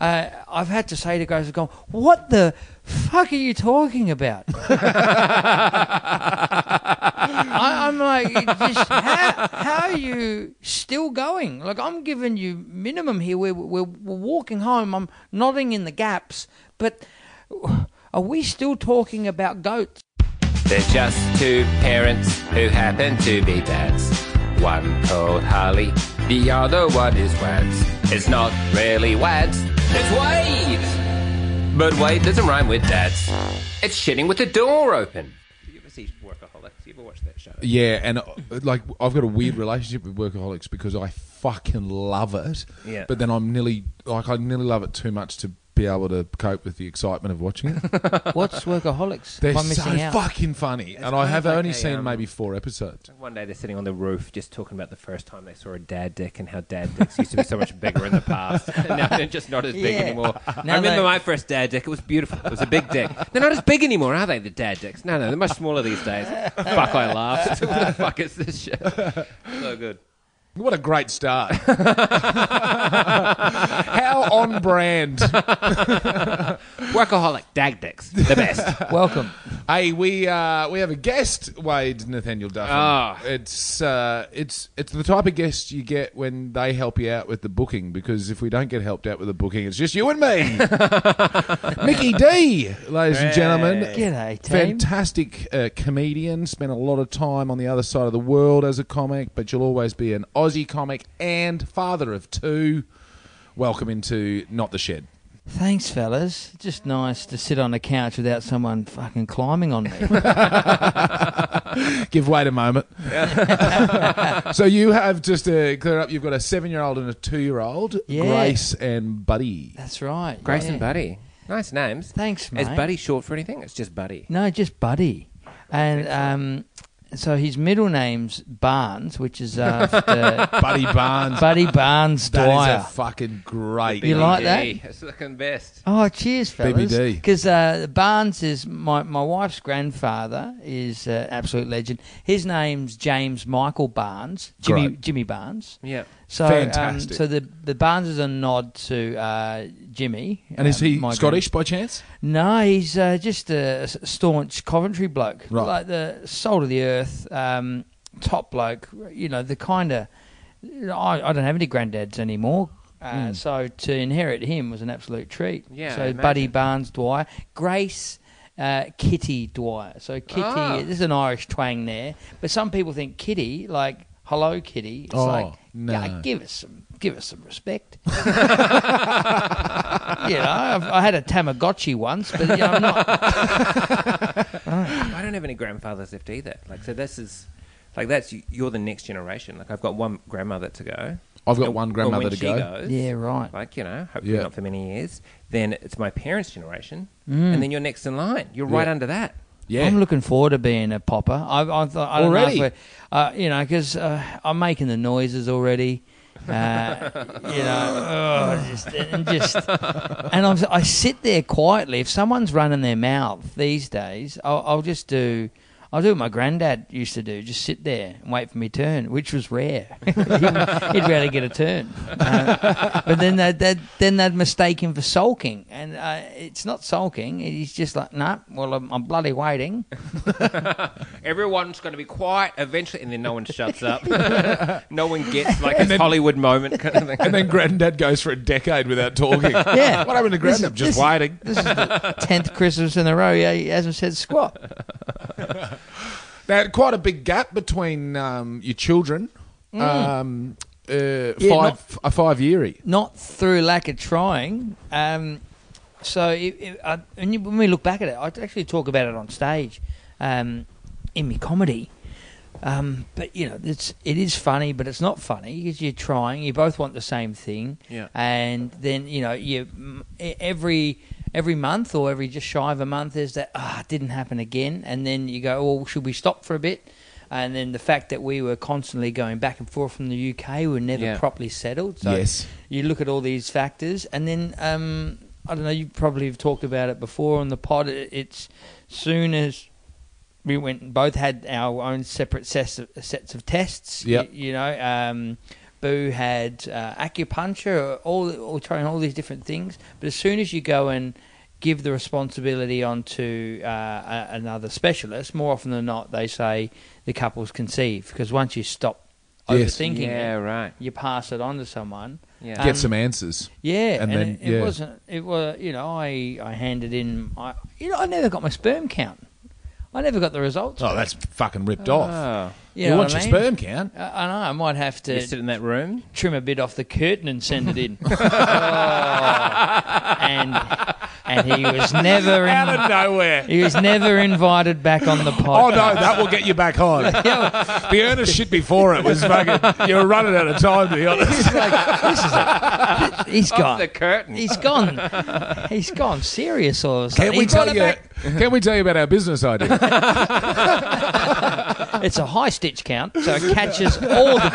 uh, I've had to say to guys who've gone, "What the fuck are you talking about?" I, I'm like, just how, how are you still going? Like, I'm giving you minimum here. We're, we're, we're walking home. I'm nodding in the gaps, but are we still talking about goats? They're just two parents who happen to be dads. One called Harley, the other one is Wads. It's not really Wads, it's Wade! But Wade doesn't rhyme with dads. It's shitting with the door open. You ever see Workaholics? You ever watch that show? Yeah, and uh, like I've got a weird relationship with workaholics because I fucking love it. Yeah. But then I'm nearly like I nearly love it too much to be able to cope with the excitement of watching it. What's workaholics? They're Am I so missing out? fucking funny, and I kind have of like only a, seen um, maybe four episodes. One day they're sitting on the roof just talking about the first time they saw a dad dick and how dad dicks used to be so much bigger in the past. And now they're just not as big Yeah. anymore. I Now remember they- my first dad dick. It was beautiful. It was a big dick. They're not as big anymore, are they, the dad dicks? No, no, they're much smaller these days. fuck, I laughed. what the fuck is this shit? So good. What a great start! How on brand. Workaholic dad dicks. The best. Welcome. Hey, we uh, we have a guest, Wade Nathaniel Duffin. Ah. It's uh, it's it's the type of guest you get when they help you out with the booking. Because if we don't get helped out with the booking, it's just you and me, Mickey D, ladies and gentlemen. G'day, team. Fantastic uh, comedian. Spent a lot of time on the other side of the world as a comic, but you'll always be an Aussie comic and father of two. Welcome into not the shed. Thanks, fellas. Just nice to sit on a couch without someone fucking climbing on me. Give Wade a moment. so you have just to clear up. You've got a seven-year-old and a two-year-old, Yeah. Grace and Buddy. That's right. Grace yeah. and Buddy. Nice names. Thanks, mate. Is Buddy short for anything? It's just Buddy. No, just Buddy. And um, so his middle name's Barnes, which is after Buddy Barnes. Buddy Barnes That is Dwyer. a fucking great. You name. like BBD. It's looking best. Oh, cheers, fellas. BBD. Because uh, Barnes is my, my wife's grandfather is uh, absolute legend. His name's James Michael Barnes, Jimmy Great. Jimmy Barnes. Yeah. So, um, Fantastic. so the the Barnes is a nod to uh, Jimmy. and is um, he my Scottish by chance? No, he's uh, just a s- staunch Coventry bloke, Right. like the soul of the earth, um, top bloke. You know, the kind of I, I don't have any granddads anymore, uh, so to inherit him was an absolute treat. Yeah, So I Buddy imagine. Barnes Dwyer, Grace. Uh, Kitty Dwyer. So Kitty, Ah. there's an Irish twang there, but some people think Kitty like hello Kitty. It's Oh, like no. yeah, give us some, give us some respect you know, I've, I had a Tamagotchi once, but you know, I'm not. I don't have any grandfathers left either. Like, so this is, like, that's you're the next generation. Like, I've got one grandmother to go. I've got And- one and grandmother when to she go. Goes, Yeah, right. Like, you know, hopefully Yeah. not for many years. Then it's my parents' generation, Mm. and then you're next in line. You're right Yeah. under that. Yeah. I'm looking forward to being a popper. I, I, thought, I don't Already? know if I, uh, you know, because uh, I'm making the noises already. Uh, you know, oh, just, and just and I'm, I sit there quietly. If someone's running their mouth these days, I'll, I'll just do. I'll do what my granddad used to do: just sit there and wait for my turn, which was rare. he'd, rarely get a turn. Uh, but then they'd, they'd then they'd mistake him for sulking, and uh, it's not sulking. He's just like, no, well, I'm, I'm bloody waiting. Everyone's going to be quiet eventually, and then no one shuts up. no one gets like this Hollywood moment kind of thing. and then Granddad goes for a decade without talking. Yeah. What happened to This is- Granddad? Just this is- waiting. This is the tenth Christmas in a row. Yeah, he hasn't said squat. Now, quite a big gap between um, your children. Um, uh, Mm. Yeah, five a five yeary. Not through lack of trying. Um, so it, it, I, when, you, when we look back at it, I actually talk about it on stage um, in my comedy. Um, but you know, it's it is funny, but it's not funny because you're trying. You both want the same thing, Yeah. And then you know, you mm, e- every every month or every just shy of a month, there's that ah, it didn't happen again. And then you go, well, should we stop for a bit? And then the fact that we were constantly going back and forth from the UK, we were never Yeah. properly settled. So Yes. you look at all these factors, and then um, I don't know. You probably have talked about it before on the pod. It- It's soon as we went, and both had our own separate sets of, sets of tests. y- Yep. You, know, um, boo had uh, acupuncture, all all trying all these different things. But as soon as you go and give the responsibility onto uh, a, another specialist, more often than not, they say the couple's conceived because once you stop Yes. overthinking yeah, it, right. you pass it on to someone. Yeah. Get Um, some answers. Yeah, And and, then- it, it yeah. wasn't. It was you know I I handed in. I you know I never got my sperm count. I never got the results. Oh, that's fucking ripped off. Oh. Ah. you You, know want what I your mean? sperm count? I, I know I might have You to sit in that room. trim a bit off the curtain and send it in. Oh. And and he was never in, nowhere. he was never invited back on the podcast. Oh no, that will get you back on. the earnest shit before it was fucking. You were running out of time, to be honest. he's Off the gone. curtain. He's gone. He's gone. Serious or something. Can we He brought tell it you? Can we tell you about our business idea? back. It's a high stitch count, so it catches all the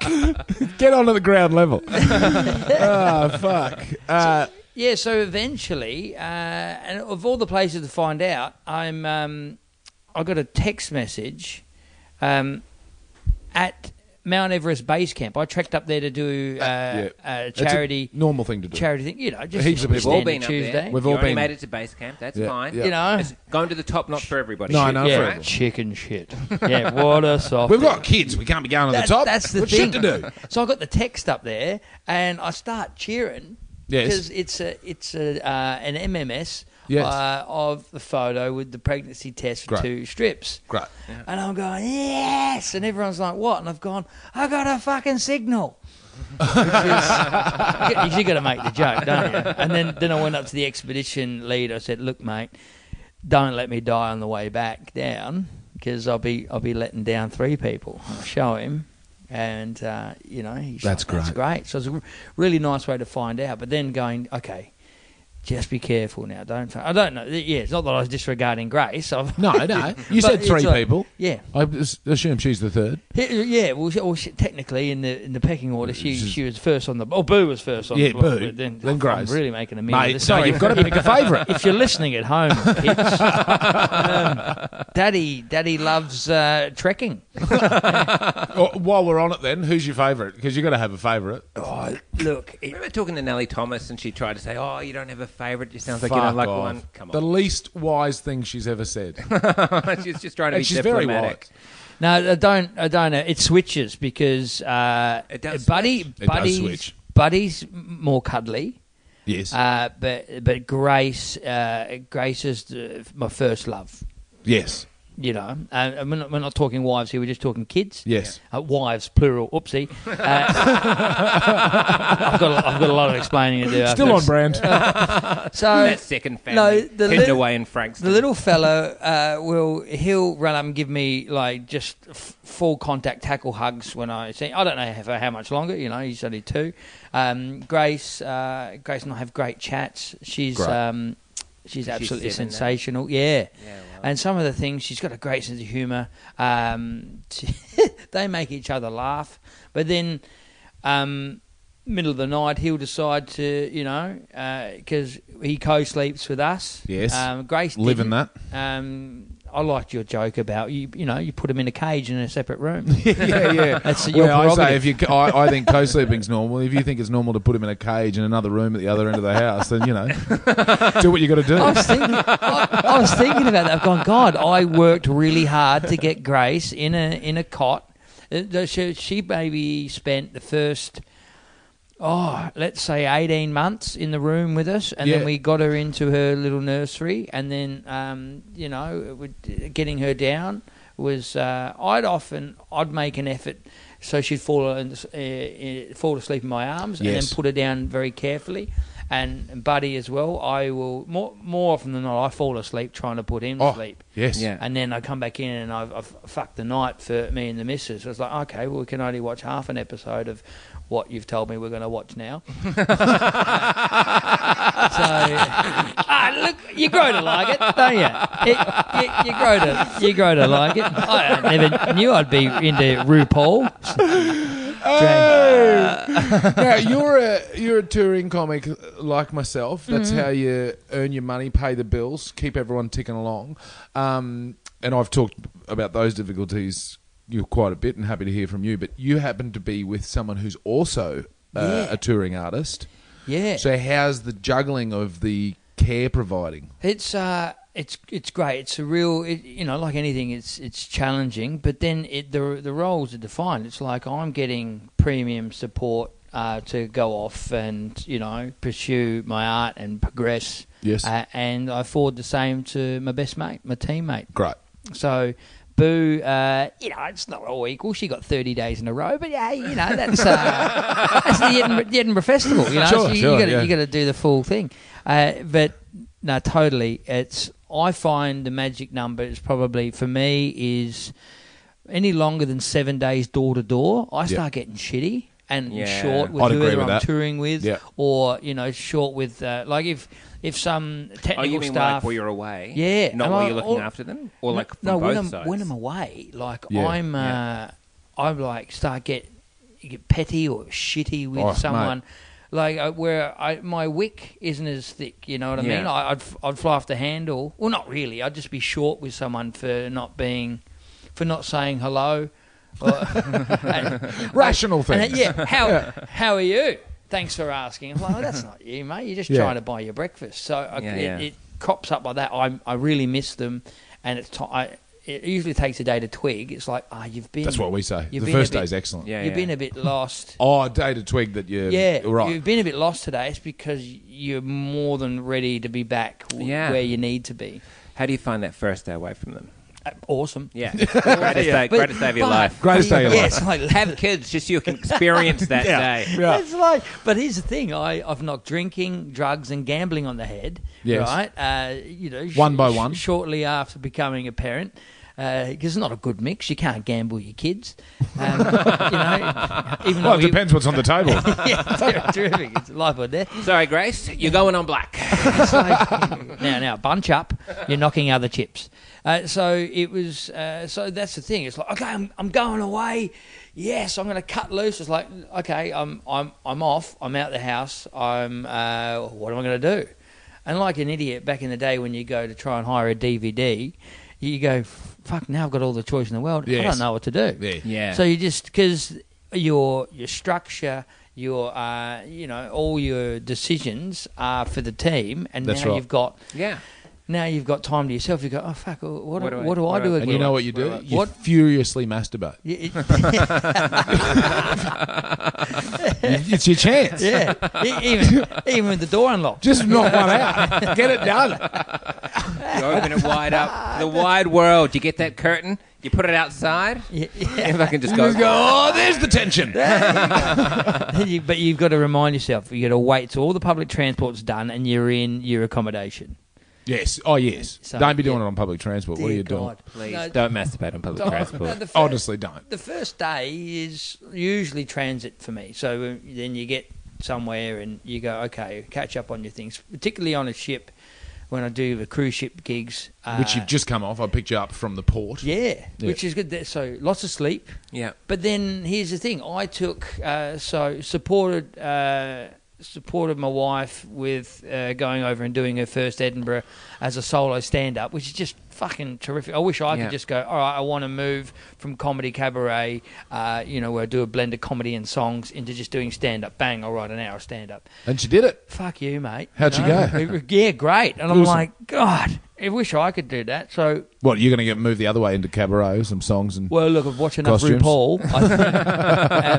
goodness. Get onto the ground level. Ah, fuck. Uh, Yeah, so eventually, uh, and of all the places to find out, I'm um, I got a text message um, at Mount Everest Base Camp. I trekked up there to do uh, yeah. a That's a charity normal thing to do. charity thing. You know, just Heaps of a people. We've all standard Tuesday. We've you all only been made there. it to base camp. That's Yeah, fine. yeah. You know, It's going to the top, not for everybody. No, I Shit. know. yeah, for everyone. chicken shit. Yeah, what a soft. We've got kids. We can't be going to That- the top. That's the What thing. Shit to do. So I got the text up there, and I start cheering Yes. because it's a it's a uh, an MMS Yes. uh, of the photo with the pregnancy test for Great. two strips. Great. And I'm going yes, and everyone's like, "What?" And I've gone, "I got a fucking signal." Which is, you got to make the joke, don't you? And then then I went up to the expedition lead. I said, "Look, mate, don't let me die on the way back down because I'll be I'll be letting down three people. I'll show him, and uh, you know he's That's like, That's great. So it's a r- really nice way to find out. But then going okay. Just be careful now. Don't. fa- I don't know. Yeah, it's not that I was disregarding grace. I've, No, no. You But said three it's like- people. Yeah, I s- assume she's the third. He- yeah. Well, she, well she, technically, in the in the pecking order, she She's- she was first on the. Oh, Boo was first on. Yeah, the, block, Boo. but Then, Then I'm Grace. really making a meal. of Mate, this. so Sorry, you've got to pick a favourite. if you're listening at home, kids, um, Daddy, Daddy loves uh, trekking. Or- While we're on it, then who's your favourite? Because you've got to have a favourite. Look, it, Remember talking to Nellie Thomas and she tried to say, "Oh, you don't have a favourite. You sounds like you Fuck don't like off. one." Come The on. least wise thing she's ever said. she's just trying to be and she's very diplomatic. wise. no, I don't, I don't know. It switches because uh, It does Buddy, does Buddy's, switch. Buddy's more cuddly. Yes. Uh, but but Grace, uh, Grace is the, my first love. yes. You know, uh, and we're not, we're not talking wives here. We're just talking kids. Yes. uh, wives plural. Oopsie. Uh, I've got a, I've got a lot of explaining to do. after Still on this. brand. So That second family No, the hidden lit- away in Frankston. the little fellow uh, will he'll run up and give me like just f- full contact tackle hugs when I see. I don't know for how much longer. You know, he's only two. Um, Grace, uh, Grace and I have great chats. She's Great. um, she's absolutely seven now. sensational. Yeah. Yeah, wow. And some of the things she's got a great sense of humour. Um, she- they make each other laugh, but then. Um, Middle of the night, he'll decide to, you know, because he co-sleeps with us. Yes. um, Grace Living didn't. Um, I liked your joke about you. You know, you put him in a cage in a separate room. yeah, yeah. That's your well, I say if prerogative. you, I, I think co-sleeping's normal. If you think it's normal to put him in a cage in another room at the other end of the house, then you know, do what you got to do. I was thinking. I, I was thinking about that. I've gone. God, I worked really hard to get Grace in a in a cot. Uh, She, she maybe spent the first. Oh, let's say eighteen months in the room with us, and Yeah. then we got her into her little nursery, and then um, you know, it would, getting her down was uh, I'd often I'd make an effort so she'd fall in, uh, uh, fall asleep in my arms, and Yes. then put her down very carefully. And Buddy as well. I will more more often than not. I fall asleep trying to put him to Oh, sleep, yes. Yeah. and then I come back in and I've, I've fucked the night for me and the missus. I was like, okay, well we can only watch half an episode of what you've told me we're going to watch now. So ah, look, you grow to like it, don't you? It, you? You grow to you grow to like it. I never knew I'd be into RuPaul. now you're a you're a touring comic like myself. That's Mm-hmm. how you earn your money, pay the bills, keep everyone ticking along. Um, and I've talked about those difficulties you quite a bit and happy to hear from you, but you happen to be with someone who's also uh, Yeah. a touring artist. Yeah. So how's the juggling of the care providing? It's uh, it's it's great. It's a real, it, you know, like anything, it's it's challenging. But then it, the the roles are defined. It's like I'm getting premium support uh, to go off and you know pursue my art and progress. Yes. Uh, and I forward the same to my best mate, my teammate. Great. So. Boo, uh, you know, it's not all equal. She got 30 days in a row, but yeah, you know, that's, uh, that's the, Edinburgh, the Edinburgh Festival, you know. Sure, so you, sure, you gotta, yeah. you got to do the full thing. Uh, but no, totally. It's I find the magic number is probably for me is any longer than seven days door to door, I start getting shitty and Yeah. short with I'd agree whoever with I'm that. touring with, Yeah. or you know, short with uh, like if if some technical Oh, you mean staff like while you're away? Yeah. Not Am while I- you're looking or- after them? Or no- like from no, both when I'm sides? when I'm away, like Yeah. I'm, uh, I'm like start get you get petty or shitty with Oh, mate. someone, like uh, where I my wick isn't as thick. You know what I Yeah. mean? I, I'd f- I'd fly off the handle. Well, not really. I'd just be short with someone for not being, for not saying hello. Or, and- Rational and then, things. yeah. How how are you? Thanks for asking. I'm like, well, that's not you, mate. You're just Yeah. trying to buy your breakfast. So I, Yeah, it, yeah. it crops up like that. I I really miss them, and it's ti I, it usually takes a day to twig. It's like ah, you've been. That's what we say. you've the been a first bit- day's excellent. Yeah, you've yeah. been a bit lost. Oh, day to twig that you're Yeah, right. you've been a bit lost today. It's because you're more than ready to be back w- Yeah. where you need to be. How do you find that first day away from them? Uh, Awesome. Yeah. greatest, Day, But- greatest day of your but- life. Greatest day of your Yes, I Have kids just so you can experience that day. Yeah. It's like, but here's the thing: I, I've knocked drinking, drugs, and gambling on the head. Yes. Right. Uh, you know, sh- One by sh- one. shortly after becoming a parent, because it's not a good mix. You can't gamble your kids. Um, you know, even though Well, it we- depends what's on the table. yeah, ter- terrific. It's life or death. Sorry, Grace, you're going on black. It's like, now, now, bunch up. You're knocking other chips. Uh, so it was. Uh, so that's the thing. It's like, okay, I'm, I'm going away. Yes, I'm going to cut loose. It's like, okay, I'm I'm I'm off. I'm out the house. I'm. Uh, what am I going to do? And like an idiot back in the day, when you go to try and hire a DVD, you go, fuck. Now I've got all the choice in the world. I Yes. don't know what to do. Yeah. Yeah. So you just because your your structure, your uh, you know, all your decisions are for the team, and That's now right. you've got yeah. now you've got time to yourself. You go, oh fuck, what, what, do, I, what do I do what again? And you know what you do? You What- furiously masturbate. Yeah, it- it's your chance. yeah, E- even even with the door unlocked. Just knock one out. Get it done. You open it wide up. The wide world. You get that curtain, you put it outside. Yeah, If yeah. I can just go. oh, there's the tension. You- but you've got to remind yourself. You got to wait till all the public transport's done, and you're in your accommodation. Yes. Oh, yes. So, don't be doing yeah. it on public transport. what are Dear you doing? God. Please No, "Oh!" don't masturbate on public no, transport. the fir- Honestly, don't. the first day is usually transit for me. So uh, then you get somewhere and you go, okay, catch up on your things, particularly on a ship when I do the cruise ship gigs. Uh, Which you've just come off. I picked you up from the port. yeah, Yeah. which is good. There- So lots of sleep. Yeah. But then here's the thing: I took uh, so supported uh, supported my wife with uh, going over and doing her first Edinburgh as a solo stand up, which is just fucking terrific. I wish I Yeah. could just go. All right, I want to move from comedy cabaret, uh, you know, where I do a blend of comedy and songs, into just doing stand up. Bang! I'll write an hour of stand up And she did it. fuck you, mate. How'd you know? go? It was- yeah, great. And I'm Awesome. like, God, I wish I could do that. So, What, you're going to get moved the other way into cabaret, some songs and... well, look, I've watched enough Costumes. RuPaul. I, think,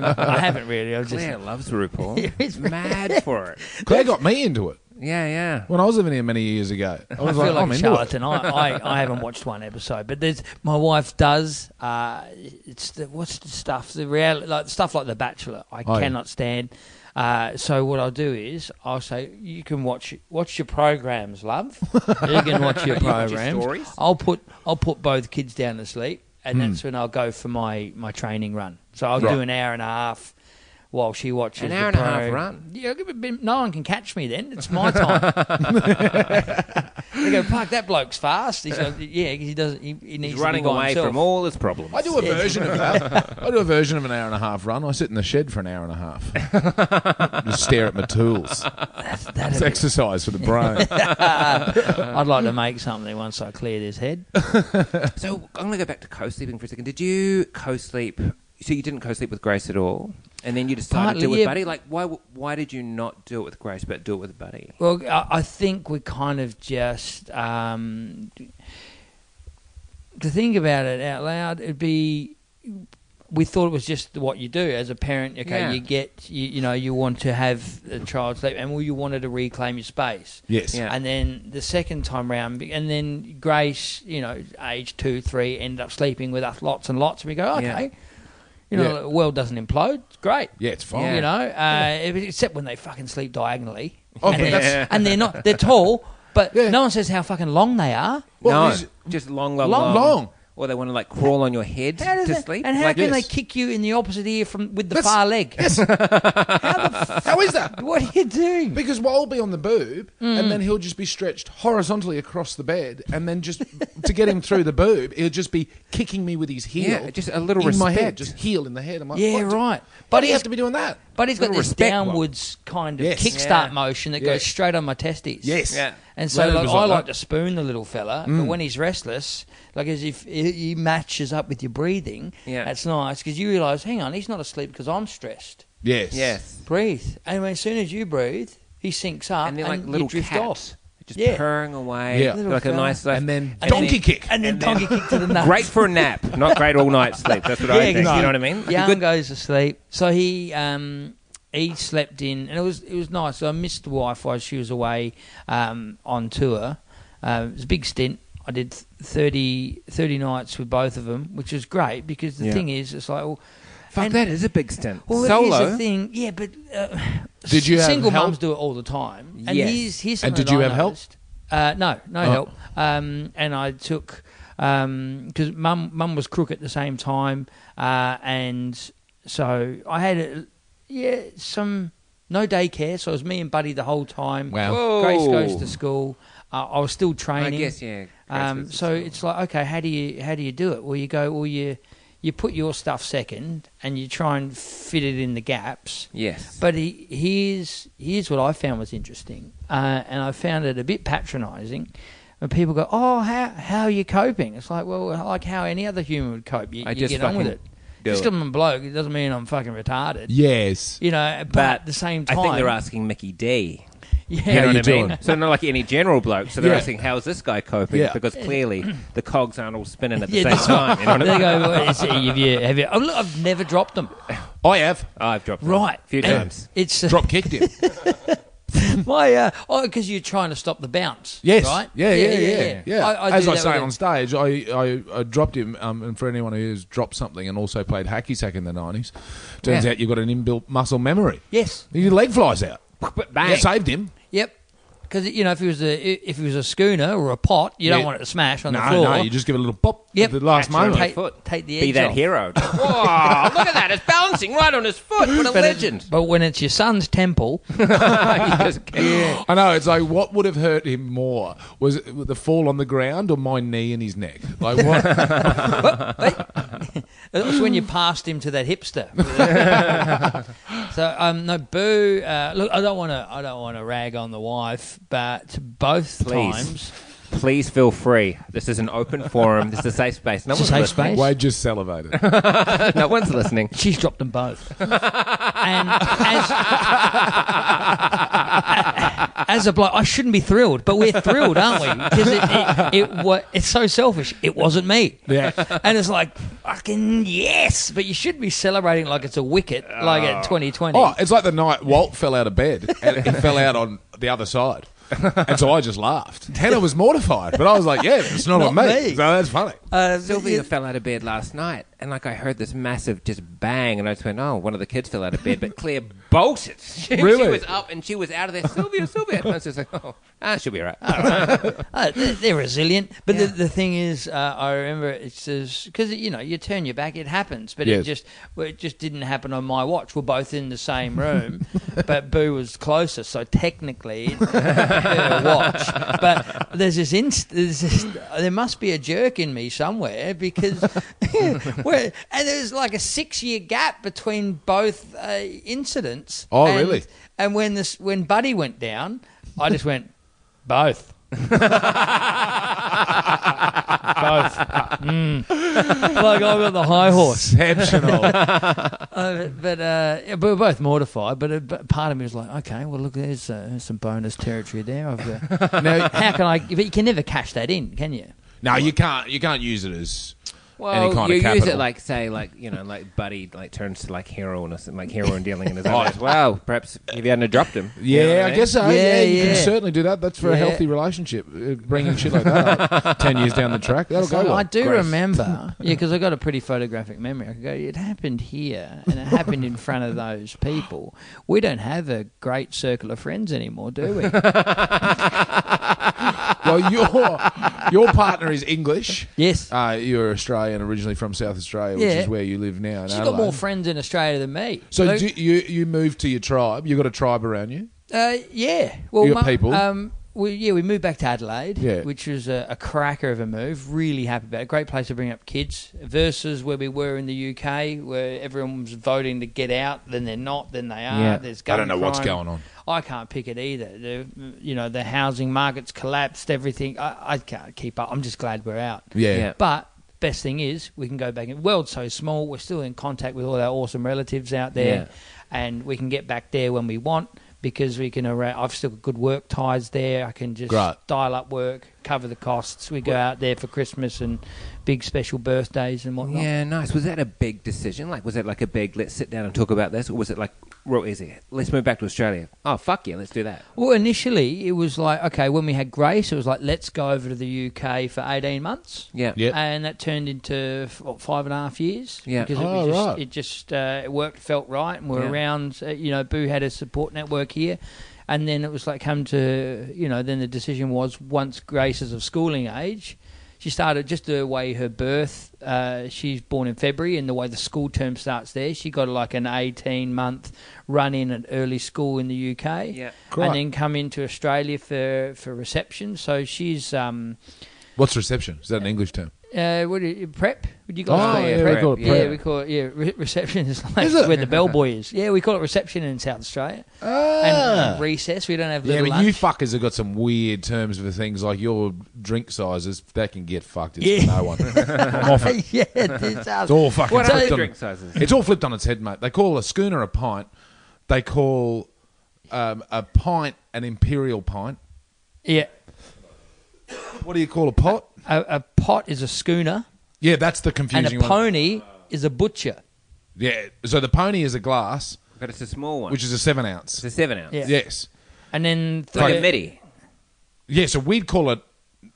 um, I haven't really. I was just Claire loves RuPaul. He's mad for it. Claire got me into it Yeah, yeah. when I was living here many years ago. I I was feel like, "Oh, like I'm a into it. charlatan. I, I, I haven't watched one episode, but there's my wife does. Uh, it's the, what's the stuff the real like stuff like The Bachelor. I Oh, yeah. cannot stand. Uh, so what I'll do is I'll say you can watch watch your programs, love. You can watch your You watch your programs. stories? I'll put I'll put both kids down to sleep, and that's when I'll go for my my training run. So I'll Right. do an hour and a half while she watches An the hour and a pro. half run. Yeah, give it a bit- no one can catch me then. It's my time. they go, fuck, that bloke's fast. He's like, yeah, he doesn't. He, he needs He's to running be by away himself. from all his problems. I do a version of that. I do a version of an hour and a half run. I sit in the shed for an hour and a half, just stare at my tools. It's That'd exercise for the brain. be- I'd like to make something once I cleared his head. So I'm going to go back to co-sleeping for a second. Did you co-sleep? So you didn't co-sleep with Grace at all, and then you decided Partly, to with yeah. Buddy. Like, why? Why did you not do it with Grace, but do it with Buddy? Well, I, I think we kind of just um, to think about it out loud. It'd be we thought it was just what you do as a parent. Okay, Yeah. you get you, you know you want to have a child sleep, and well, you wanted to reclaim your space. Yes. Yeah. And then the second time round, and then Grace, you know, age two, three, ended up sleeping with us lots and lots. And we go, Yeah. okay, you know, Yeah. the world doesn't implode. It's Great. Yeah, it's fine. You know, uh, except when they fucking sleep diagonally. Oh, and, but they're, that's- and they're not, they're tall, but Yeah. no one says how fucking long they are. Well, no, these- just long, long, long, Long, long. Or they want to like crawl on your head How does to that- sleep. And how Like, can yes. they kick you in the opposite ear from with the That's- far leg? Yes. How is that? What are you doing? Because I'll be on the boob, Mm. and then he'll just be stretched horizontally across the bed, and then just to get him through the boob, he'll just be kicking me with his heel. Yeah, just a little in my respect. head, just heel in the head. I'm like, Yeah, what do- right. Why But do you he's- have to be doing that? But he's got Little this respect one. downwards kind of Yes. kickstart Yeah. motion that Yeah. goes straight on my testes. Yes. Yeah. And so Leonard like, was I like like that. to spoon the little fella, Mm. but when he's restless, like as if he he matches up with your breathing, Yeah. that's nice because you realise, hang on, he's not asleep because I'm stressed. Yes. yes, Breathe, and when- as soon as you breathe, he sinks up Ah, and and, they're like little you drift cats, off. just Yeah. purring away. Yeah. Little like a fella. nice, And then And donkey then- kick. and then donkey kick to the nuts. great for a nap, not great all night sleep. That's what I think. 'cause You he- know what I mean? Like a Young good- goes to sleep, so he um, he slept in, and it was it was nice. So I missed the wife while she was away um, on tour. Uh, it was a big stint. I did 30, 30 nights with both of them, which was great because the Yeah. thing is, it's like well, Fuck, and- that is a big stint. well, Solo. It is a thing, yeah, but uh, Did you have single help? mums do it all the time? And Yes. here's, here's And something did you I have help? noticed. Uh, no, no Oh. help. Um, and I took because mum mum was crook at the same time, uh, and so I had a, yeah some no daycare, so it was me and Buddy the whole time. Wow. Whoa. Grace goes to school. Uh, I was still training. I guess yeah. Um, so it's like, okay, how do you how do you do it? Well, you go, well, you you put your stuff second, and you try and fit it in the gaps. yes, But he, here's here's what I found was interesting, uh, and I found it a bit patronising. When people go, oh, how how are you coping? It's like, well, like how any other human would cope. You, I you just get on with fucking it. do Just it. 'cause I'm a bloke, it doesn't mean I'm fucking retarded. Yes. You know, but, at the same time, I think they're asking Mickey D. yeah, You know you what I mean? doing? So not like any general bloke. So they're Yeah. asking, how's this guy coping? Yeah. Because clearly the cogs aren't all spinning at the Yeah, same that's time. You know what I They mean? go, well, it's- have you, have you, oh, look, I've never dropped them. I have I've dropped them Right. a few And times. It's drop kicked him. my uh, oh, because you're trying to stop the bounce. Yes. Right. Yeah, yeah, yeah. yeah. I, I As do I that say with on it. stage, I, I, I dropped him, um, and for anyone who's dropped something and also played hacky sack in the 90s, turns Yeah. out you've got an inbuilt muscle memory. Yes. Your leg flies out. Bang. You saved him. Yep. Because you know, if it was a if it was a schooner or a pot, you don't Yeah. want it to smash on no, the floor. no, you just give it a little pop Yep. at the last That's right. moment. take, foot. take the edge Be that off. hero. Whoa, look at that. It's balancing right on his foot. What a But, it- legend. but when it's your son's temple, He just- I know. It's like what would have hurt him more was it the fall on the ground or my knee and his neck. Like what? That's when you passed him to that hipster. so um, no, Boo. Uh, look, I don't want to. I don't want to rag on the wife, but both Please. times, Please feel free. This is an open forum. This is a safe space. No It's a one's safe listening. Wade just salivated. No one's listening. she's dropped them both. and as, uh, as a bloke, I shouldn't be thrilled, but we're thrilled, aren't we? Because it, it, it, wa it's so selfish. It wasn't me. Yeah. And it's like, fucking yes. But you should be celebrating like it's a wicket, like at 2020. Oh, it's like the night Walt fell out of bed and he fell out on the other side. And so I just laughed. Hannah was mortified, but I was like, yeah, it's not, on Not me. me. So that's funny. Uh, Sylvia fell out of bed last night, and like I heard this massive just bang, and I just went, "Oh, one of the kids fell out of bed." But Claire bolted. She, she Really? was up and she was out of there. Sylvia, Sylvia. And I was just like, "Oh, Ah, she'll be all right. Uh, they're, they're resilient, but the, the thing is, uh, I remember it says because you know you turn your back, it happens, but it Yes. just well, it just didn't happen on my watch. We're both in the same room, but Boo was closer, so technically it's her watch. But there's this, inst- there's this there must be a jerk in me somewhere because we're, and there's like a six year gap between both uh, incidents. Oh, And- really? And when this when Buddy went down, I just went both. Both. Like I got the high horse. Exceptional. Uh, but uh, yeah, we were both mortified. But, uh, but part of me was like, okay, well, look, there's uh, some bonus territory there. I've, uh, now, how can I? But you can never cash that in, can you? no, you can't. You can't use it as Well, any kind you of capital. use it like say like you know like Buddy like turns to like heroin or something like heroin dealing in his own eyes. Wow, perhaps if you hadn't have dropped him. you know yeah, what I mean? guess so. Yeah, Yeah, you yeah. can certainly do that. That's for a Yeah. healthy relationship. uh, Bringing shit like that up ten years down the track, that'll So go. Well. I do Gross. remember, yeah, because I got a pretty photographic memory. I could go, it happened here and it happened in front of those people. We don't have a great circle of friends anymore, do we? Well, your your partner is English. yes. Uh, you're Australian, originally from South Australia, which Yeah. is where you live now. In She's Adelaide. got more friends in Australia than me. so Luke. do you you moved to your tribe. You got a tribe around you. Uh, yeah. Well, You got people? Um, we, yeah, we moved back to Adelaide, Yeah. which was a, a cracker of a move. Really happy about it. Great place to bring up kids versus where we were in the UK, where everyone was voting to get out, then they're not, then they are. Yeah. There's I don't know gun what's crime. going on. I can't pick it either. The, you know, the housing market's collapsed, everything. I, I can't keep up. I'm just glad we're out. Yeah. Yeah. But best thing is we can go back. The world's so small. We're still in contact with all our awesome relatives out there, and we can get back there when we want because we can. Arra- I've still got good work ties there. I can just Great. dial up work, cover the costs. We go out there for Christmas and big special birthdays and whatnot. Yeah, nice. Was that a big decision? Like, was it like a big let's sit down and talk about this, or was it like real easy? Let's move back to Australia. Oh fuck yeah, let's do that. Well, initially it was like okay, when we had Grace, it was like let's go over to the UK for eighteen months. Yeah, Yeah. Yep. And that turned into f- what, five and a half years. Yeah. Because it, Oh, was just, right. it just uh, it worked, felt right, and we're Yeah. around. Uh, you know, Boo had a support network here. And then it was like come to, you know, then the decision was once Grace is of schooling age, she started just the way her birth, uh, she's born in February, and the way the school term starts there, she got like an 18 month run in at early school in the UK Yeah. Great. and then come into Australia for, for reception. So she's um What's reception? Is that an English term? uh what do you, prep? Would you guys Oh, call it yeah, prep? we call it yeah, prep. we call it yeah re- reception is like Is it? where the bellboy is. Yeah, we call it reception in South Australia. Ah. And recess, we don't have yeah, little but lunch. you fuckers have got some weird terms for things like your drink sizes. That can get fucked. It's Yeah. for no one. I'm off it. yeah, it's It's all fucking What flipped other on. drink sizes? It's all flipped on its head, mate. They call a schooner a pint. They call um, a pint an imperial pint. yeah. What do you call a pot? A, a pot is a schooner Yeah, that's the and confusing a one. pony is a butcher. Yeah, so the pony is a glass, But it's a small one. which is a seven ounce. it's a seven ounce. Yeah. Yes, And then It's like third- a midi. yeah. So we'd call it.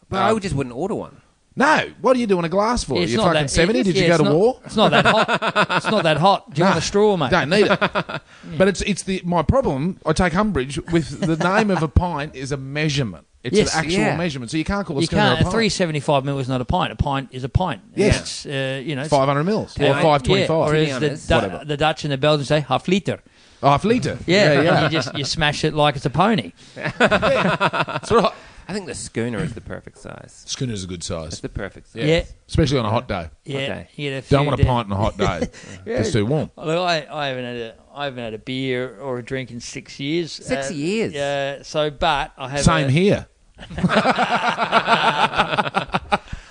But I just wouldn't order one. No, what are you doing a glass for? it's You're not fucking that- seventy. it's- Did you yeah, go to it's not- war? Ah, It's not that hot. It's not that hot. Do you want a straw, mate? Don't need it. But it's it's the my problem. I take umbrage with the name of a pint is a measurement. It's Yes, an actual yeah. measurement, so you can't call a You schooner can't. a A pint. three seventy-five mil is not a pint. A pint is a pint. And Yeah. it's, uh, you know, it's- five hundred mils or I- five yeah, twenty-five. Or To be as the, honest. Du- Whatever. the Dutch and the Belgians say half liter. half litre. Yeah, and you just you smash it like it's a pony. That's right. I think the schooner is the perfect size. Schooner's a good It's size, the perfect size. Yeah, especially on a hot day. yeah. Okay. You get a Don't few want a down. pint on a hot day. It's too warm. Look, I, I haven't had a I haven't had a beer or a drink in six years. Uh, Six years? Yeah. So, but I have Same a- here.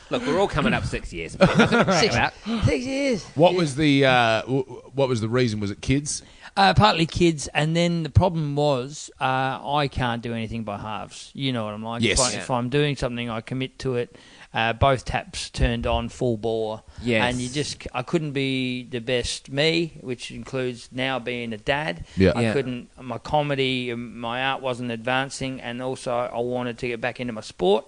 Look, we're all coming up six years. Six out. Six years. What was the uh, w- what was the reason? Was it kids? Uh, partly kids, and then the problem was uh, I can't do anything by halves. You know what I'm like. Yes. If, I, Yeah. if I'm doing something, I commit to it. Uh, both taps turned on full bore. Yes. And you just, c- I couldn't be the best me, which includes now being a dad. Yeah. I Yeah. couldn't. My comedy, um, my art wasn't advancing, and also I wanted to get back into my sport.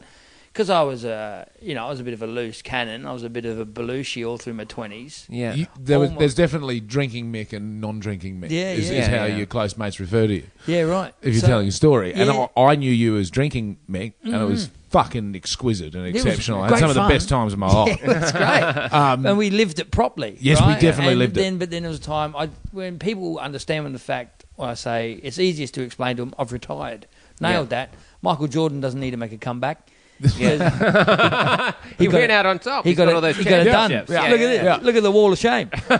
because I was a, you know, I was a bit of a loose cannon. I was a bit of a Belushi all through my twenties. Yeah. You- there was, Almost. there's definitely drinking Mick and non-drinking Mick. Yeah, is, yeah. is Yeah, how yeah. your close mates refer to you Yeah, right. if you're So- telling a story. And yeah. Mm-hmm. I, I knew you as drinking Mick, and it was fucking exquisite and was exceptional. I had great some of fun. the best times of my life. That's great. and we lived it properly. Um, Yes, we right? definitely And lived it. then, But then there was a time I, when people understand when the fact when I say it's easiest to explain to them, I've retired. Nailed that. Michael Jordan doesn't need to make a comeback. He, got went it- out on top. He got, got it, all those he got it done. championships. Yeah. Look at it. Yeah. Look at the wall of shame. So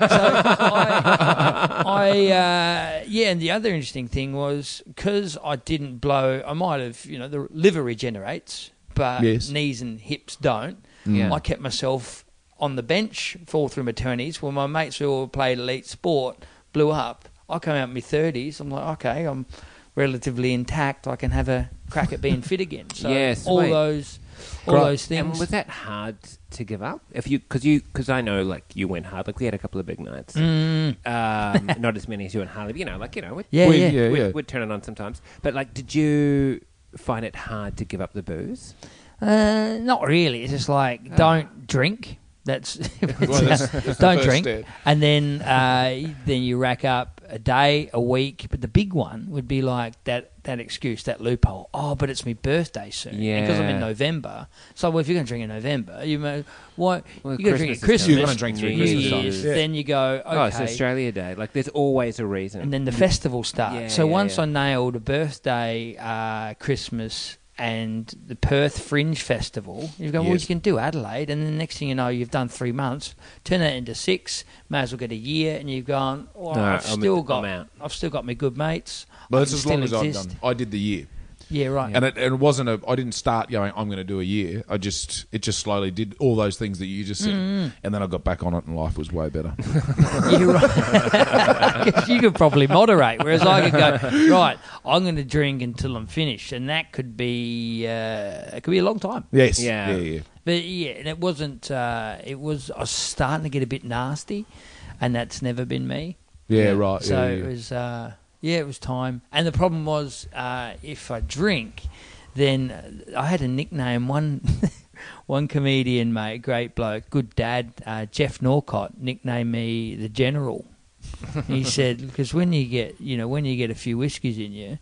I, I uh, yeah, and the other interesting thing was because I didn't blow. I might have, you know, the liver regenerates, but Yes. knees and hips don't. Yeah. I kept myself on the bench fall through my twenties. When my mates who all played elite sport blew up, I come out in my thirties. I'm like, okay, I'm relatively intact. I can have a crack at being fit again. So Yeah, all sweet. those, all Great. those things. And was that hard to give up? If you, because you, because I know, like you went hard. Like we had a couple of big nights. Um, not as many as you and Harley. But, you know, like you know, we'd, Mm. Yeah, We- yeah. yeah. we'd, we'd turn it on sometimes. But like, did you find it hard to give up the booze? Uh, not really. It's just like don't drink. That's, that's- that's the don't first drink, step. and then uh, then you rack up a day, a week. But the big one would be like that that excuse, that loophole. Oh, but it's my birthday soon. because I'm Yeah. in November. So well, if you're going to drink in November, you may why Well, you're going to drink Christmas at is Christmas. coming. You're gonna drink through New Christmas Year's, time. Yeah. Then you go okay. Oh, it's Australia Day. Like, there's always a reason. and then the festival starts. Yeah, so yeah, once yeah. I nailed a birthday, uh, Christmas, and the Perth Fringe Festival, you go, well, Yes. you can do Adelaide, and then the next thing you know, you've done three months, turn that into six, may as well get a year, and you've gone, oh, No, I've I'm- still I'm got, out. I've still got my good mates. But I that's can as long as still I've exist. done. I did the year, Yeah, right. and it, and it wasn't a. I didn't start going. I'm going to do a year. I just it just slowly did all those things that you just said, Mm-hmm. and then I got back on it, and life was way better. You're right. 'Cause you could probably moderate, whereas I could go right. I'm going to drink until I'm finished, and that could be uh, it could be a long time. yes, Yeah. yeah, yeah. But yeah, and it wasn't. Uh, it was. I was starting to get a bit nasty, and that's never been me. Yeah, right. So yeah, yeah. it was. Uh, yeah, it was time. And the problem was, uh, if I drink, then I had a nickname. One, one comedian, mate, great bloke, good dad, uh, Jeff Norcott, nicknamed me the General. he said because when you get, you know, when you get a few whiskies in you.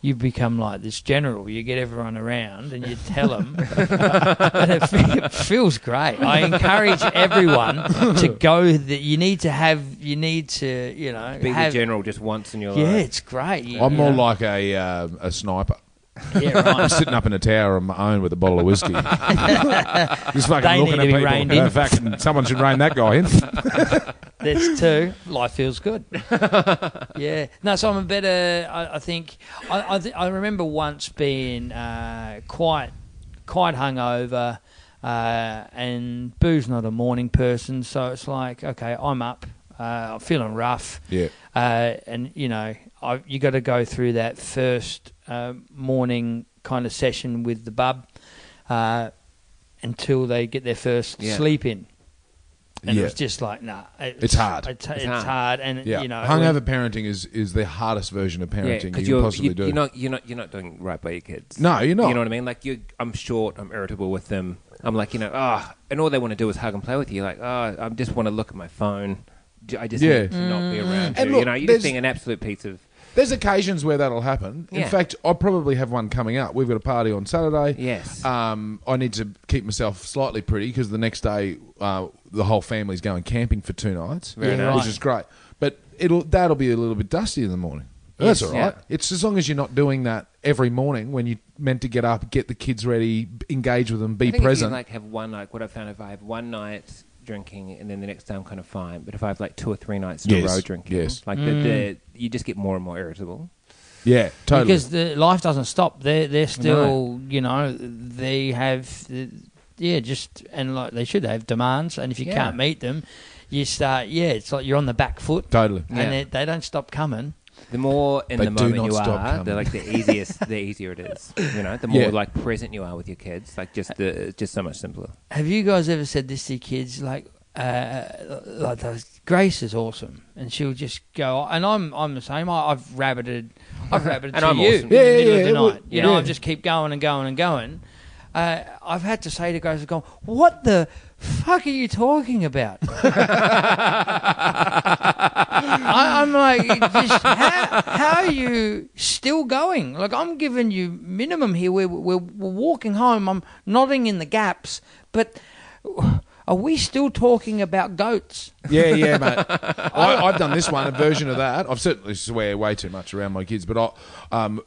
You become like this general. You get everyone around, and you tell them and it, fe- it feels great. I encourage everyone to go. That you need to have. You need to. You know. be have, the general just once in your yeah, life. it's great. You- I'm you more know. like a um, a sniper. Yeah, I'm right. sitting up in a tower on my own with a bottle of whiskey. Just fucking They need to looking at be people. reined Uh, in. fucking- someone should rein that guy in. That's two. Life feels good. yeah. No, so I'm a better. I, I think. I I, th- I remember once being uh, quite quite hungover, uh, and booze not a morning person. So it's like, okay, I'm up. Uh, I'm feeling rough. Yeah. uh, and you know I, you got to go through that first uh, morning kind of session with the bub uh, until they get their first Yeah. sleep in. And Yeah. it was just like, nah, it- It's hard. It's, It's it's hard. hard. and Yeah. you know, Hungover parenting is, is the hardest version of parenting because you can you're, possibly you, do. you're not you're not you're not doing right by your kids. No, you're not. You know what I mean? Like you, I'm short. I'm irritable with them. I'm like you know ah, and all they want to do is hug and play with you. Like oh, I just want to look at my phone. J- I just Yeah. need to not be around And you. you look, know, you're there's- just being an absolute piece of There's occasions where that'll happen. In Yeah. fact, I probably have one coming up. We've got a party on Saturday. Yes. Um, I need to keep myself slightly pretty because the next day uh, the whole family's going camping for two nights, Very Yeah, nice. which is great. But it'll that'll be a little bit dusty in the morning. That's all right. Yeah. It's as long as you're not doing that every morning when you're meant to get up, get the kids ready, engage with them, I be think if you, present. like have one like what I found if I have one night drinking and then the next day I'm kind of fine. But if I have like two or three nights in Yes. a row drinking, Yes. like the, the, you just get more and more irritable. yeah, totally. because the life doesn't stop. They're they're still, you know, they have, the- yeah, just and like they should have demands, and if you Yeah. can't meet them, you start, yeah, it's like you're on the back foot, totally. Yeah. and they, they don't stop coming. The more in They the do moment not you stop are, coming. the like the easiest, the easier it is. You know, the more Yeah. like present you are with your kids, like just the it's just so much simpler. Have you guys ever said this to your kids? Like, uh, like those, Grace is awesome, and she'll just go. And I'm, I'm the same. I, I've rabbited, I've rabbited And to I'm you awesome. in Yeah, the middle yeah, of the yeah, night. well, You know, yeah. I just keep going and going and going. uh, I've had to say to guys who've gone, "What the fuck are you talking about?" I, I'm like, just how, how are you still going? Like, I'm giving you minimum here. We're, we're, we're walking home. I'm nodding in the gaps, but are we still talking about goats? Yeah, yeah, mate. I, I've done this one, a version of that. I've certainly swear way too much around my kids, but I, um,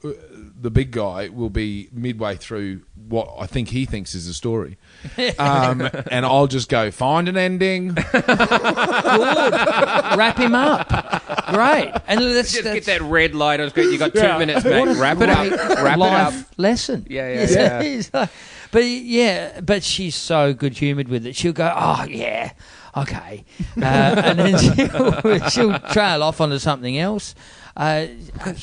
the big guy will be midway through what I think he thinks is a story, um, and I'll just go find an ending. Good. Wrap him up. Great. And let's Just that's- get that red light on screen. You got two minutes, mate. Wrap it great up. Wrap life it up. lesson. Yeah, yeah, It's- yeah. it's like- but yeah, but she's so good humoured with it. She'll go, oh yeah, okay, uh, and then she'll, she'll trail off onto something else. Uh, As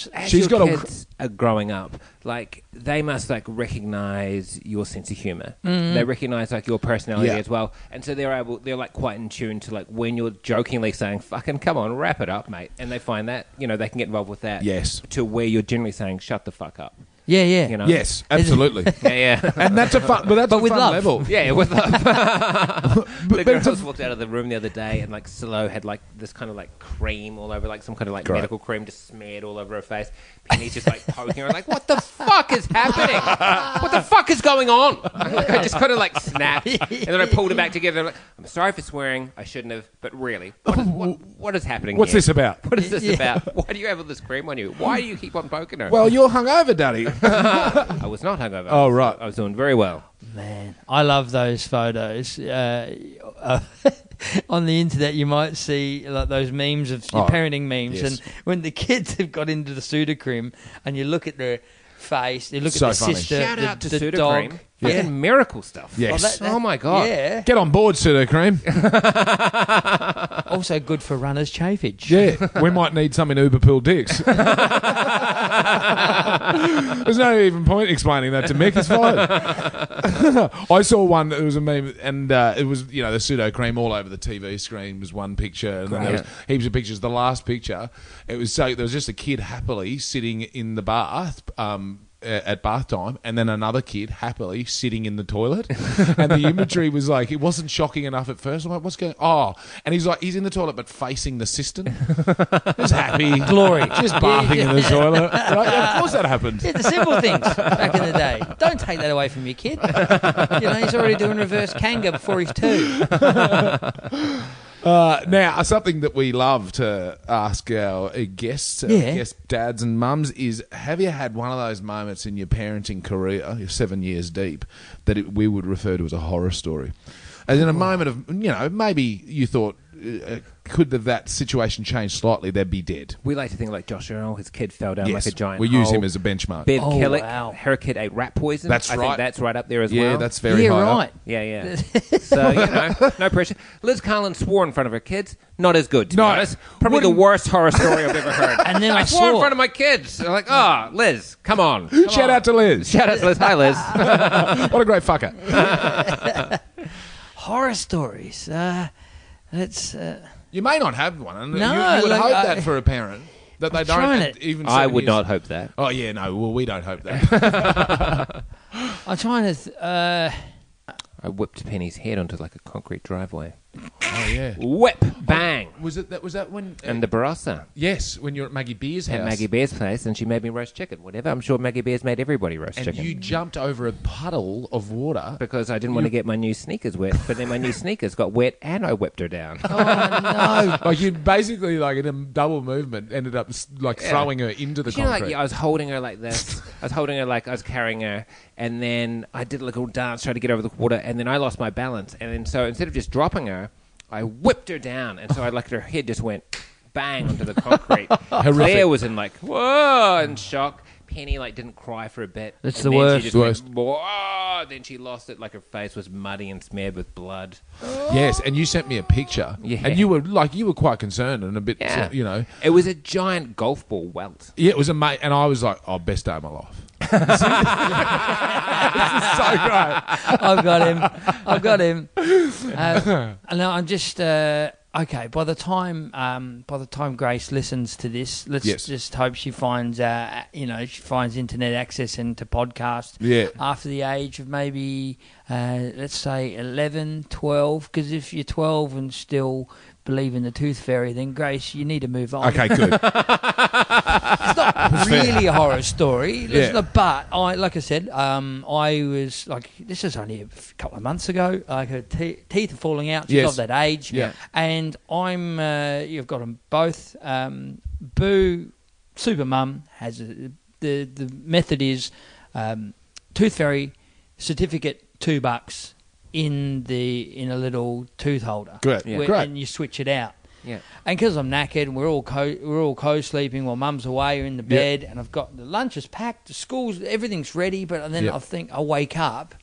your She's got a- kids are growing up. Like they must like recognize your sense of humor. They recognize like your personality Mm. Yeah. as well, and so they're able. They're like quite in tune to like when you're jokingly saying "fucking come on, wrap it up, mate," and they find that you know they can get involved with that. Yes. To where you're generally saying "shut the fuck up," yeah, yeah, you know. yes, absolutely. Yeah, yeah. And that's a fun, but that's But a with fun love. level. Yeah, with the, the But, but girls it's a- walked out of the room the other day, and like Slow had like this kind of like cream all over, like some kind of like medical cream just smeared all over her face. Penny's just like poking her, like, "What the fuck is happening? What the fuck is going on?" Like, I just kind of like snapped, and then I pulled it back together. Like, I'm sorry for swearing, I shouldn't have, but really, what is, what, what is happening? what's here? this about? What is this Yeah. about? Why do you have all this cream on you? Why do you keep on poking her? Well, you're hungover, Daddy. I was not hungover. Oh, I was- right. I was doing very well. Man, I love those photos. Uh, uh, on the internet, you might see like those memes of your Oh, parenting memes, yes. and when the kids have got into the pseudocrim, and you look at their face, you look So at the funny. sister, Shout the, out to the Sudocream. dog. Fucking Yeah. miracle stuff. Yes. Oh, that- that- Oh, my god. Yeah. Get on board, pseudo cream. Also good for runners' chafage. Yeah, we might need some in Uber pool dicks. There's no even point explaining that to Mick. It's fine. I saw one. It was a meme, and uh, it was you know the pseudo cream all over the TV screen was one picture, and then there was Great. heaps of pictures. The last picture, it was so there was just a kid happily sitting in the bath. Um, a- at bath time, and then another kid happily sitting in the toilet, and the imagery was like it wasn't shocking enough at first. I'm like, what's going? Oh, and he's like he's in the toilet but facing the cistern, just happy, Glory. just bathing in the toilet. Like, of course that happened. Yeah, the simple things back in the day. Don't take that away from your kid. You know, he's already doing reverse kanga before he's two. Uh, now, something that we love to ask our uh, guests, our Yeah. guest dads and mums, is have you had one of those moments in your parenting career, you're seven years deep, that it, we would refer to as a horror story? As Oh. in a moment of, you know, maybe you thought, uh, could the, that situation change slightly, they'd be dead. We like to think like Josh Earl, his kid fell down Yes. like a giant. We use him hole. as a benchmark. Bev Oh, Kellick, wow. her kid ate rat poison. That's I right. Think that's right up there as yeah, well. that's very yeah, high up. right. Yeah, yeah. so you know, no pressure. Liz Carlin swore in front of her kids. Not as good. To No, be honest. probably the worst horror story I've ever heard. And then I swore in saw- front of my kids. I'm like, ah, Liz, come on. Come Shout on. out to Liz. Shout out to Liz. Hi, Liz. what a great fucker. Horror stories. Uh, let's. Uh, You may not have one, and No, you, you would like, hope I- that for a parent. That they trying don't it. even. I seven would years- not hope that. Oh yeah, no. Well, we don't hope that. I'm trying to. Th- uh, I whipped Penny's head onto like a concrete driveway. oh yeah. Whip, bang, Was it that? Was that when? uh, and the Barossa. yes, when you're at Maggie Beer's house, at Maggie Bear's place, and she made me roast chicken. Whatever. I'm sure Maggie Bear's made everybody roast and chicken. you jumped over a puddle of water. because I didn't want to get my new sneakers wet, but then my new sneakers got wet and I whipped her down. oh, no, Oh, like you basically like in a double movement ended up s- like Yeah. throwing her into the you know, like concrete. yeah, I was holding her like this. I was holding her like I was carrying her, and then I did a little dance, tried to get over the water, and then I lost my balance. And then so instead of just dropping her, I whipped her down, and so I like her head just went bang onto the concrete. Claire was in like whoa in shock. Penny like didn't cry for a bit. That's and the then worst. She just Worst. Went, whoa. Then she lost it. Like her face was muddy and smeared with blood. yes, and you sent me a picture, Yeah. and you were like you were quite concerned and a bit, Yeah. you know. It was a giant golf ball welt. Yeah, it was a mate, and I was like, "Oh, best day of my life." this is so great. I've got him. I've got him. Uh, and now I'm just. Uh, okay. By the time, um, by the time Grace listens to this, let's Yes. just hope she finds, uh, you know, she finds internet access into podcasts. Yeah. After the age of maybe, uh, let's say 11, 12, because if you're twelve and still believe in the tooth fairy, then Grace, you need to move Oh, on. Okay, good. really a horror story. It's Yeah. not- but I, like I said, um, I was like, this is only a f- couple of months ago. Like her te- teeth are falling out. She's Yes. of that age. Yeah. And I'm, uh, you've got them both. Um, Boo, super mum has a, the the method is um, tooth fairy certificate two bucks in the in a little tooth holder. Great, Where- great. And you switch it out. Yeah. And because I'm knackered and we're all co- we're all co-sleeping while Mum's away or in the bed, and I've got the lunch is packed, the school's everything's ready, but then Yep. I think I wake up,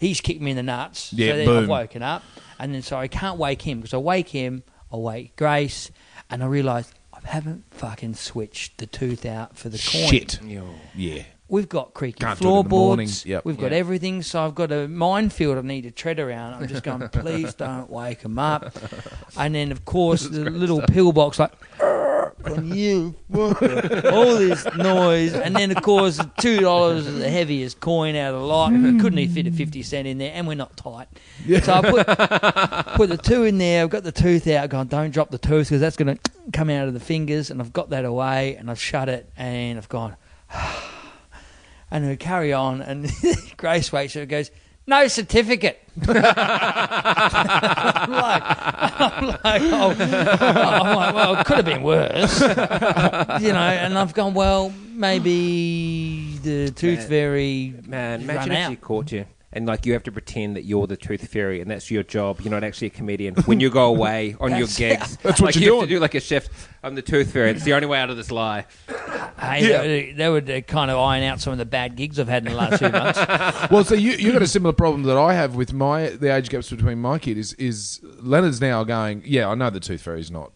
he's kicked me in the nuts, Yeah, so then boom. I've woken up, and then so I can't wake him because I wake him, I wake Grace, and I realise I haven't fucking switched the tooth out for the coin. Shit. Yo. Yeah. We've got creaky Can't do it in the floorboards. morning. Yep. We've got Yeah. everything. So I've got a minefield I need to tread around. I'm just going, please don't wake him up. And then, of course, the little pillbox, like, from you, all this noise. And then, of course, the $2 is the heaviest coin out of the lot. Mm. Couldn't even fit a 50 cent in there. And we're not tight. So I put, put the two in there. I've got the tooth out. Gone. Don't drop the tooth because that's going to come out of the fingers. And I've got that away. And I've shut it. And I've gone. and we carry on. And Grace wakes up and goes, "No certificate." I'm like, I'm like, oh, I'm like, well, it could have been worse, you know. And I've gone, well, maybe the tooth Man. fairy Man, You've imagine run if out. she caught you. And like you have to pretend that you're the tooth fairy, and that's your job. You're not actually a comedian. When you go away on your That's- gigs, That's what like you're you have doing. to do like a shift. I'm the tooth fairy. It's the only way out of this lie. Hey, Yeah. they, they would uh, kind of iron out some of the bad gigs I've had in the last few months. Well, so you you got a similar problem that I have with my the age gaps between my kid is is Leonard's now going. Yeah, I know the tooth fairy's not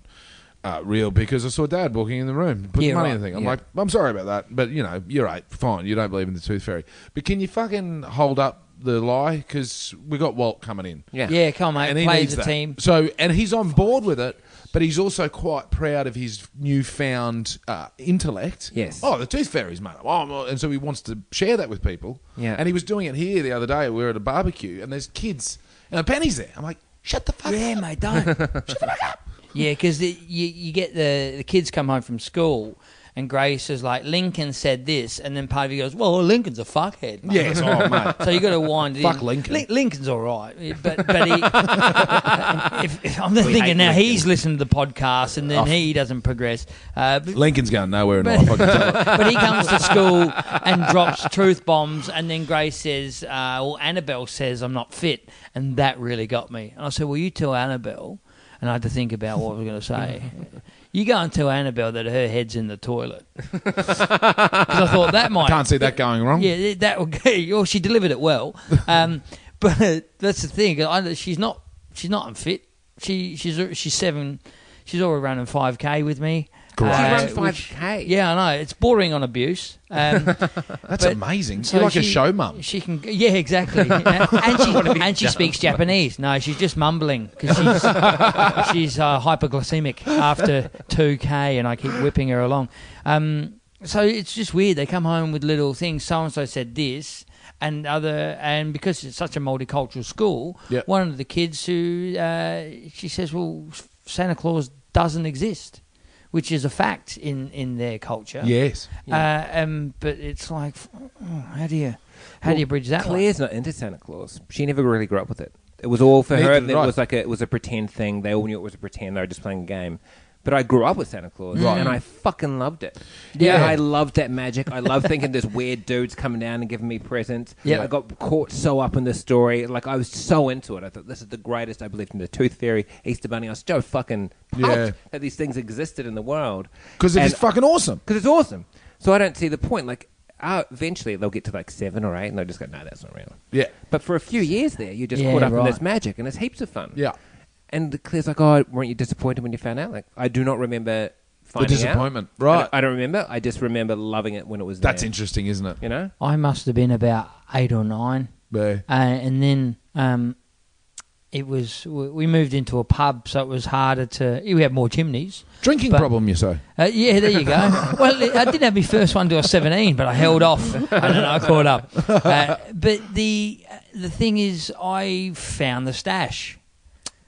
uh, real because I saw Dad walking in the room, put Yeah, money right, in the thing. I'm yeah. like, I'm sorry about that, but you know, you're right. Fine, you don't believe in the tooth fairy, but can you fucking hold up the lie? Because we got Walt coming in. Yeah. Yeah, come on, And he Oh, mate. Plays needs a that. team. So, and he's on board with it, but he's also quite proud of his newfound uh, intellect. Yes. Oh, the tooth fairies, mate. Oh, I'm all- and so he wants to share that with people. Yeah. And he was doing it here the other day. We were at a barbecue, and there's kids and a penny's there. I'm like, shut the fuck Yeah, up. mate, don't. Shut the fuck up. Yeah, because you, you get the, the kids come home from school and Grace is like, Lincoln said this. And then part of you goes, well, Lincoln's a fuckhead. mate." Yes, oh, mate. So you got to wind it Fuck in. Lincoln. Lin- Lincoln's all right, but but he, if, if, I'm thinking now he's listened to the podcast and then Oh. he doesn't progress. Uh, but, Lincoln's going nowhere in life. I can tell it. but he comes to school and drops truth bombs, and then Grace says, uh, "Well, Annabelle says I'm not fit," and that really got me. And I said, "Well, you tell Annabelle," and I had to think about what I was going to say. You go and tell Annabelle that her head's in the toilet. 'Cause I thought that might Can't see that going wrong. yeah, th- that would go. Well, she delivered it well, um, but that's the thing. I, she's not. She's not unfit. She she's she's seven. She's already running five k with me. Uh, Great. She run which- 5K? Yeah, I know. It's bordering on abuse. Um, That's but- amazing. so You're like a she- show mum. She can, yeah, exactly. and she, and she speaks Japanese. No, she's just mumbling because she's she's uh, hyperglycemic after two k, and I keep whipping her along. Um, so it's just weird. They come home with little things. So and so said this. And other, and because it's such a multicultural school, Yep. one of the kids who uh, she says, "Well, Santa Claus doesn't exist," which is a fact in in their culture. Yes. Uh, um, but it's like, oh, how do you, how Well, do you bridge that? one? Claire's not into Santa Claus. She never really grew up with it. It was all for Neither her. did That I. it was like a, it was a pretend thing. They all knew it was a pretend. They were just playing a game. But I grew up with Santa Claus, and I fucking loved it. Yeah. And I loved that magic. I loved thinking this weird dude's coming down and giving me presents. Yeah. I got caught so up in this story. Like I was so into it. I thought this is the greatest. I believed in the Tooth Fairy, Easter Bunny. I was so fucking pumped Yeah. that these things existed in the world Because And it's fucking awesome. because it's awesome. So I don't see the point. Like, uh, eventually they'll get to like seven or eight, and they'll just go, "No, that's not real." Yeah. But for a few years there, you're just Yeah, caught up in right. this magic, and it's heaps of fun. Yeah. And the- Claire's like, "Oh, weren't you disappointed when you found out?" Like, I do not remember finding out. disappointment. I don't- Right. I don't, remember. I just remember loving it when it was. That's there. interesting, isn't it? You know. I must have been about eight or nine, Yeah. uh, and then Uh, um, it was we we moved into a pub, so it was harder to. We had more chimneys. Drinking But- problem, you say? Uh, yeah, there you go. well, I didn't have my first one till I was 17, but I held off. I don't know, I caught up. Uh, but the uh, the thing is, I found the stash,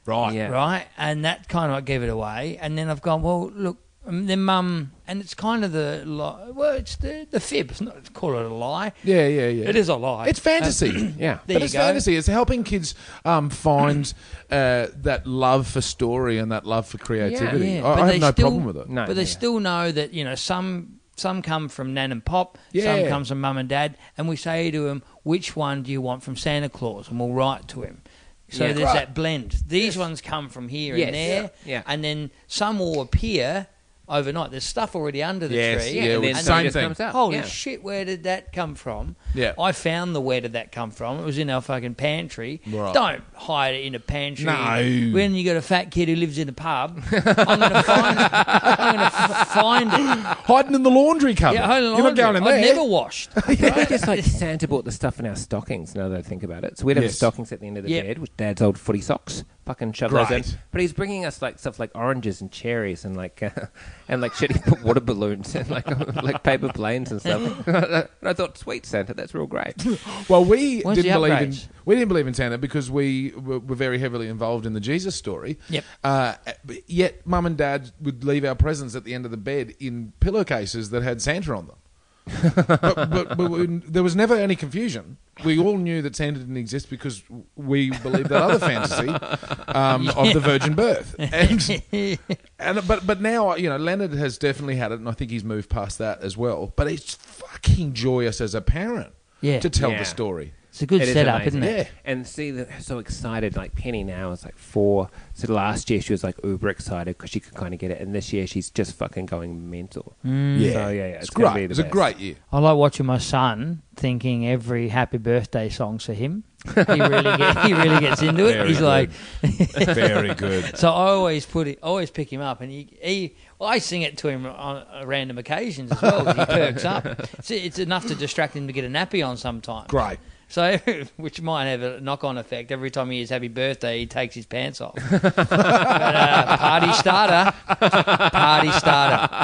Right. Yeah. right? And that kind of gave it away. And then I've gone, well, look, um, then mum, and it's kind of the, li- well, it's the, the fib. It's not call it a lie. Yeah, yeah, yeah. It is a lie. It's fantasy. Yeah. There but you it's go. fantasy. It's helping kids um, find uh, that love for story and that love for creativity. Yeah, I, but I they have no still- problem with it. No. but they yeah. still know that you know some some come from nan and pop, Yeah. some comes from mum and dad, and we say to them, which one do you want from Santa Claus, and we'll write to him. So Yeah. there's Right. that blend. These ones come from here Yes. and there, Yeah. Yeah. and then some will appear overnight. There's stuff already under the Yes, tree. yeah, and well, then- same something just thing. comes out. Holy yeah. shit, where did that come from? Oh, Yeah. I found the where did that come from. It was in our fucking pantry. Right. Don't hide it in a pantry. No. When you got a fat kid who lives in a pub, I'm going to find it. I'm going to find it. Hiding in the laundry cupboard. Yeah, home You're not going in I there. never washed. It's just like Santa bought the stuff in our stockings. Now that I think about it, so we'd have Yes. stockings at the end of the Yep. bed with Dad's old footy socks. Fucking shove those in. Great. But he's bringing us like stuff like oranges and cherries and like uh, and like shitty put water balloons and like like paper planes and stuff. and I thought, sweet Santa, that's real great. Well, we Where's didn't the believe in outrage? we didn't believe in Santa because we were, were very heavily involved in the Jesus story. Yep. Uh, but yet, mum and dad would leave our presents at the end of the bed in pillowcases that had Santa on them. but but, but we, there was never any confusion. We all knew that Santa didn't exist because we believed that other fantasy um, of the virgin birth. And, and but but now you know Leonard has definitely had it, and I think he's moved past that as well. But it's fucking joyous as a parent Yeah. to tell Yeah. the story. It's a good It is setup, isn't amazing. it? Yeah. And see, they're so excited. Like Penny now is like four. So last year she was like uber excited because she could kind of get it, and this year she's just fucking going mental. Yeah, So, yeah, yeah, It's, it's great. gonna be the it's a best. great year. I like watching my son thinking every happy birthday song's for him. He really, get, he really gets into it. Very He's like, Very good. So I always put it, I always pick him up, and he, he well, I sing it to him on uh, random occasions as well. 'cause He perks up. It's, it's enough to distract him to get a nappy on sometimes. Great. So, which might have a knock-on effect. Every time he hears "Happy Birthday," he takes his pants off. but, uh, party starter, party starter.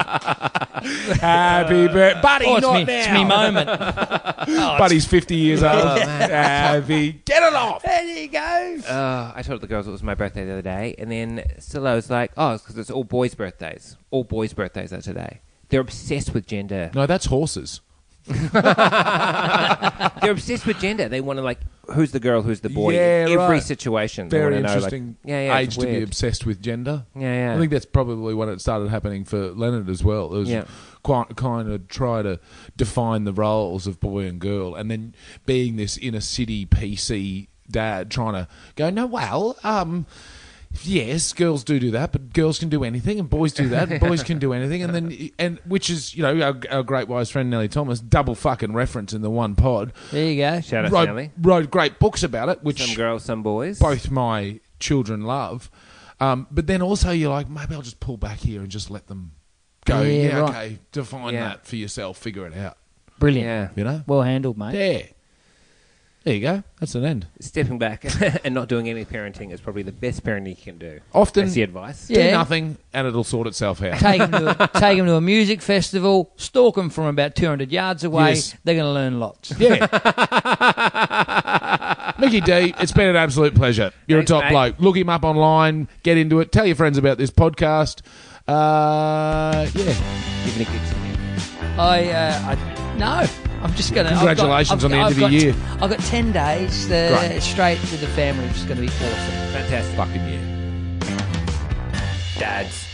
Happy birthday, buddy. Oh, it's not me, now. it's me moment. Oh, it's- Buddy's fifty years old. Happy. Get it off. there you go. Uh, I told the girls it was my birthday the other day, and then Silla was like, "Oh, it's because it's all boys' birthdays. All boys' birthdays are today. They're obsessed with gender. No, that's horses. They're obsessed with gender. They want to like, who's the girl, who's the boy Yeah, in every right. situation. They Very wanna know, like- interesting yeah, yeah, age it's to be weird. obsessed with gender. Yeah, yeah. I think that's probably when it started happening for Leonard as well. It was Yeah. quite kind of try to define the roles of boy and girl, and then being this inner city PC dad trying to go, no, well, um, yes, girls do do that, but girls can do anything, and boys do that, and boys can do anything, and then and which is you know our, our great wise friend Nellie Thomas double fucking reference in the one pod There you go. Shout out, wrote, Nelly. wrote great books about it, which Some girls, some boys. both my children love. Um, but then also you're like, maybe I'll just pull back here and just let them go. Yeah, Yeah, right. okay, define Yeah. that for yourself, figure it out. Brilliant. Yeah. You know? Well handled, mate. Yeah. There you go. That's an end. Stepping back and not doing any parenting is probably the best parenting you can do. Often- that's the advice. Yeah. Do nothing and it'll sort itself out. take them to a, take 'em to a music festival, stalk them from about 200 yards away. Yes. They're going to learn lots. yeah. Mickey D, it's been an absolute pleasure. You're Thanks, a top mate. bloke. Look him up online, get into it, tell your friends about this podcast. Uh, yeah. Even a good- I, uh, I no, I'm just going to. Congratulations on the end of the year. I've got 10 days uh, Great. straight with the family, which is going to be awesome. Fantastic. Fucking yeah. Dads